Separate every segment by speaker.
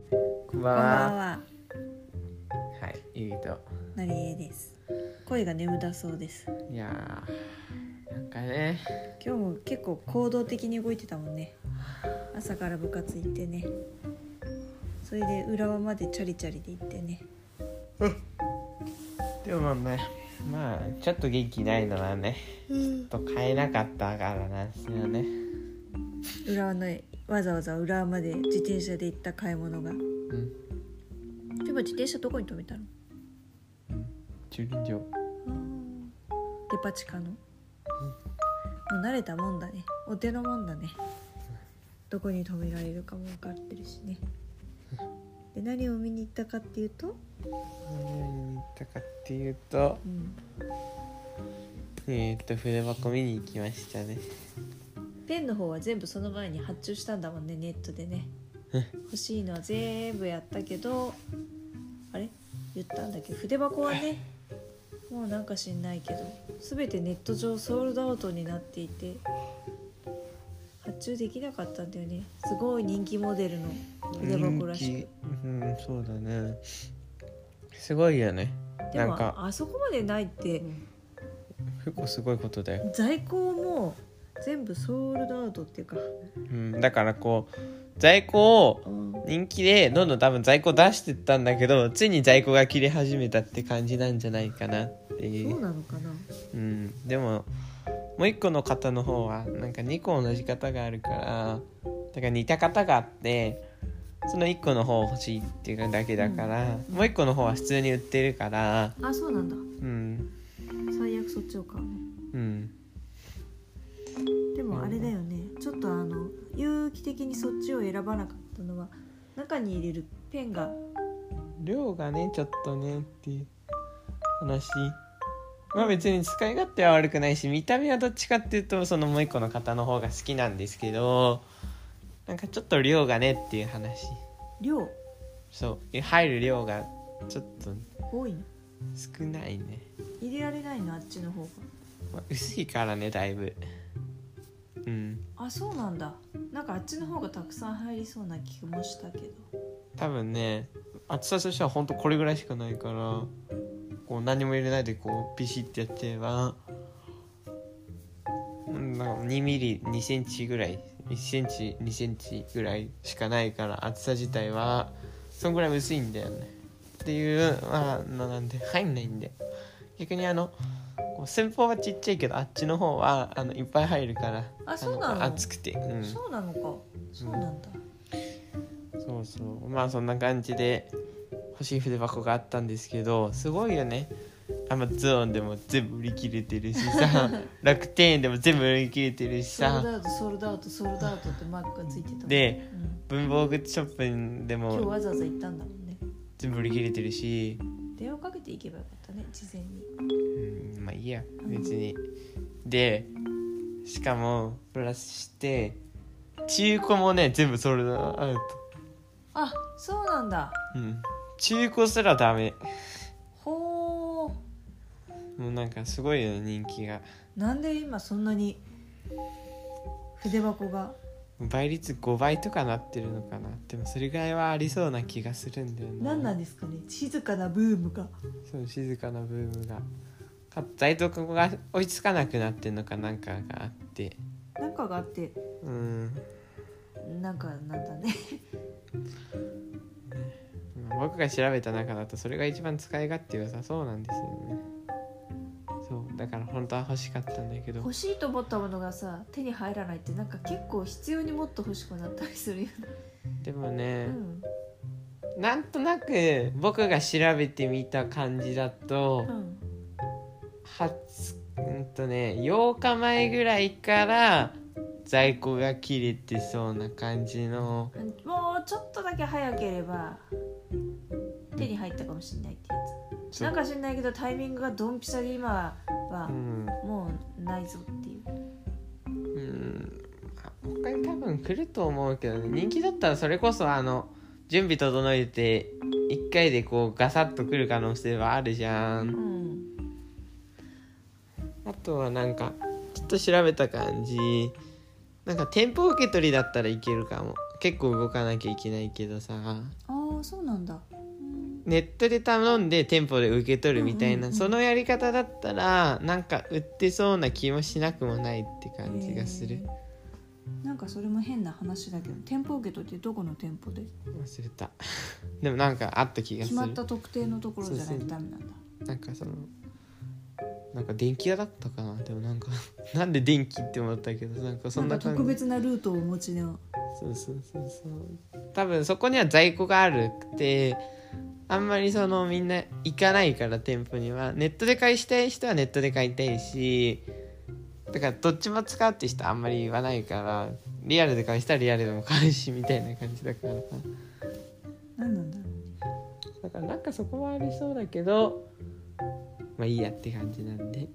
Speaker 1: ばん
Speaker 2: こんばん
Speaker 1: は。
Speaker 2: は、
Speaker 1: はい、ゆいと。
Speaker 2: なりえです。声が眠たそうです。
Speaker 1: いやー、なんかね、
Speaker 2: 今日も結構行動的に動いてたもんね。朝から部活行ってね。それで浦和までチャリチャリで行ってね。
Speaker 1: でもね、まあ、ちょっと元気ないのはね、ちょっと買えなかったからなんですよね。
Speaker 2: 浦和のわざわざ浦和まで自転車で行った買い物が。
Speaker 1: うん、
Speaker 2: でも自転車どこに止めたの？
Speaker 1: 駐輪場。
Speaker 2: デパ地下の。もう慣れたもんだね。お手のもんだね。どこに止められるかも分かってるしね。で何を見に行ったかっていうと、
Speaker 1: 何に行ったかっていうと、
Speaker 2: うん、
Speaker 1: えー、っと、筆箱見に行きましたね。
Speaker 2: ペンの方は全部その前に発注したんだもんねネットでね
Speaker 1: え
Speaker 2: 欲しいのは全部やったけどあれ言ったんだっけ筆箱はねもうなんか知んないけど全てネット上ソールドアウトになっていて発注できなかったんだよねすごい人気モデルの筆箱らし
Speaker 1: う
Speaker 2: く
Speaker 1: ん、そうだね。すごいよね。
Speaker 2: で
Speaker 1: なん
Speaker 2: も
Speaker 1: か、
Speaker 2: あそこまでないって
Speaker 1: 結構すごいことだよ。
Speaker 2: 在庫をもう全部ソールドアウトっていうか、
Speaker 1: うん、だからこう、在庫を、人気でどんどん多分在庫出してったんだけどついに在庫が切れ始めたって感じなんじゃないかなってい
Speaker 2: そう
Speaker 1: う、
Speaker 2: なのかな
Speaker 1: うん、でももう一個の方の方はなんか2個同じ方があるからだから似た方があってその1個の方欲しいっていうだけだから、もう一個の方は普通に売ってるから
Speaker 2: あそうなんだ
Speaker 1: うん
Speaker 2: 最悪そっちを買うね
Speaker 1: うん
Speaker 2: でもあれだよね、ちょっとあの有機的にそっちを選ばなかったのは中に入れるペンが
Speaker 1: 量がねちょっとねっていう話まあ別に使い勝手は悪くないし見た目はどっちかっていうとそのもう一個の方の方が好きなんですけどなんかちょっと量がねっていう話
Speaker 2: 量
Speaker 1: そう入る量がちょっと
Speaker 2: 多いの
Speaker 1: 少ないね、
Speaker 2: 入れられないのあっちの方が
Speaker 1: まあ薄いからねだいぶうん
Speaker 2: あそうなんだなんかあっちの方がたくさん入りそうな気もしたけど
Speaker 1: 多分ね厚さとしてはほんとこれぐらいしかないからこう何も入れないでこうビシッてやっちゃえばうんなんか2ミリ2センチぐらい1センチ2センチぐらいしかないから厚さ自体はそんぐらい薄いんだよねっていうまあななんで入んないんで逆にあのこう先方はちっちゃいけどあっちの方はあのいっぱい入るから
Speaker 2: あそうなの
Speaker 1: あ厚くてうん
Speaker 2: そうなのかそうなんだ
Speaker 1: そうそうまあそんな感じで欲しい筆箱があったんですけどすごいよねアマゾンでも全部売り切れてるし さ楽天でも全部売り切れてるし
Speaker 2: ソールド
Speaker 1: さ
Speaker 2: アウトソールドアウトソールドアウトってマークがついてたもん
Speaker 1: で
Speaker 2: うん
Speaker 1: 文房具ショップで
Speaker 2: 今日
Speaker 1: も
Speaker 2: わざわざ行ったんだもんね
Speaker 1: 全部売り切れてるし、
Speaker 2: 電話かけていけばよかったね事前に
Speaker 1: うん、まあいいや別にでしかもプラスして中古もね全部ソールドアウト、
Speaker 2: あそうなんだ
Speaker 1: うん、中古すらダメ
Speaker 2: ほー
Speaker 1: もうなんかすごいよね人気が
Speaker 2: なんで今そんなに筆箱が
Speaker 1: 倍率5倍とかなってるのかなでもそれぐらいはありそうな気がするんだよな
Speaker 2: 何なんですかね静かなブームが
Speaker 1: そう静かなブームがか在庫が追いつかなくなってんのかなんかがあって
Speaker 2: なんかがあって
Speaker 1: うん
Speaker 2: なんかなんだね
Speaker 1: 僕が調べた中だとそれが一番使い勝手良さそうなんですよねそうだから本当は欲しかったんだけど
Speaker 2: 欲しいと思ったものがさ手に入らないってなんか結構必要にもっと欲しくなったりするよね、
Speaker 1: でも
Speaker 2: う
Speaker 1: ね、
Speaker 2: ん
Speaker 1: なんとなく僕が調べてみた感じだと、
Speaker 2: うん、
Speaker 1: はうんとね8日前ぐらいから在庫が切れてそうな感じの
Speaker 2: もうちょっとだけ早ければ手に入ったかもしんないってやつなんか知んないけどタイミングがドンピシャで今は
Speaker 1: うん、
Speaker 2: もうないぞっていう
Speaker 1: うん、あ他に多分来ると思うけどね人気だったらそれこそあの準備整えて1回でこうガサッと来る可能性はあるじゃん
Speaker 2: うん
Speaker 1: あとはなんかちょっと調べた感じなんか店舗受け取りだったらいけるかも結構動かなきゃいけないけどさ
Speaker 2: あああそうなんだうん
Speaker 1: ネットで頼んで店舗で受け取るみたいな、
Speaker 2: うんうんうん
Speaker 1: そのやり方だったらなんか売ってそうな気もしなくもないって感じがす
Speaker 2: へ
Speaker 1: る
Speaker 2: ーなんかそれも変な話だけど店舗受け取りってどこの店舗で
Speaker 1: 忘れた でもなんかあった気がす
Speaker 2: 決
Speaker 1: る
Speaker 2: まった特定のところじゃない
Speaker 1: そ
Speaker 2: と
Speaker 1: うそ
Speaker 2: ダメなんだ
Speaker 1: なんかそのなんか電気屋だったかなでもなんかなんで電気って思ったけどなんかそん
Speaker 2: な
Speaker 1: なん
Speaker 2: か
Speaker 1: 感
Speaker 2: 特
Speaker 1: じ
Speaker 2: 別なルートをお持ちの
Speaker 1: そうそうそうそう多分そこには在庫があるくてあんまりそのみんな行かないから店舗にはネットで買いしたい人はネットで買いたいしだからどっちも使うって人はあんまり言わないからリアルで買いしたらリアルでも買うしみたいな感じだから
Speaker 2: 何なんだろう
Speaker 1: だからなんかそこはありそうだけどまあいいやって感じなんで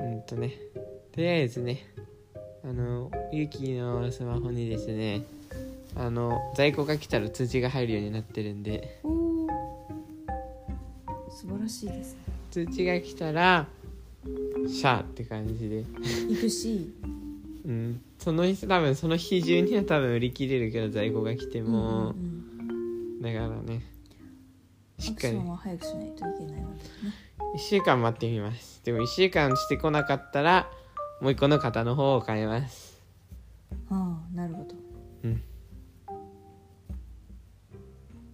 Speaker 1: うんとねとりあえずねあのゆきのスマホにですねあの在庫が来たら通知が入るようになってるんで
Speaker 2: おお素晴らしいですね
Speaker 1: 通知が来たらシャーって感じで
Speaker 2: 行くし
Speaker 1: うんその日多分その日中には多分売り切れるけど在庫が来ても、
Speaker 2: うんうん
Speaker 1: だからね
Speaker 2: うん
Speaker 1: し
Speaker 2: ア
Speaker 1: っ
Speaker 2: ク
Speaker 1: か
Speaker 2: シ
Speaker 1: り
Speaker 2: ョンは早くしないといけないわけですね
Speaker 1: 1週間待ってみますでも1週間してこなかったらもう一個の型の方を変えます
Speaker 2: ああなるほど
Speaker 1: うん
Speaker 2: っ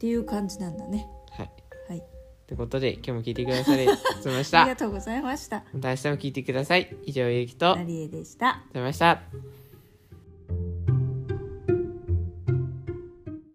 Speaker 2: ていう感じなんだね
Speaker 1: はい
Speaker 2: はい
Speaker 1: ということで今日も聞いてくださりありがとうございまし
Speaker 2: あり
Speaker 1: た
Speaker 2: がとうございました
Speaker 1: また明日も聞いてください以上ゆうきとありがと
Speaker 2: 成江でした
Speaker 1: うございました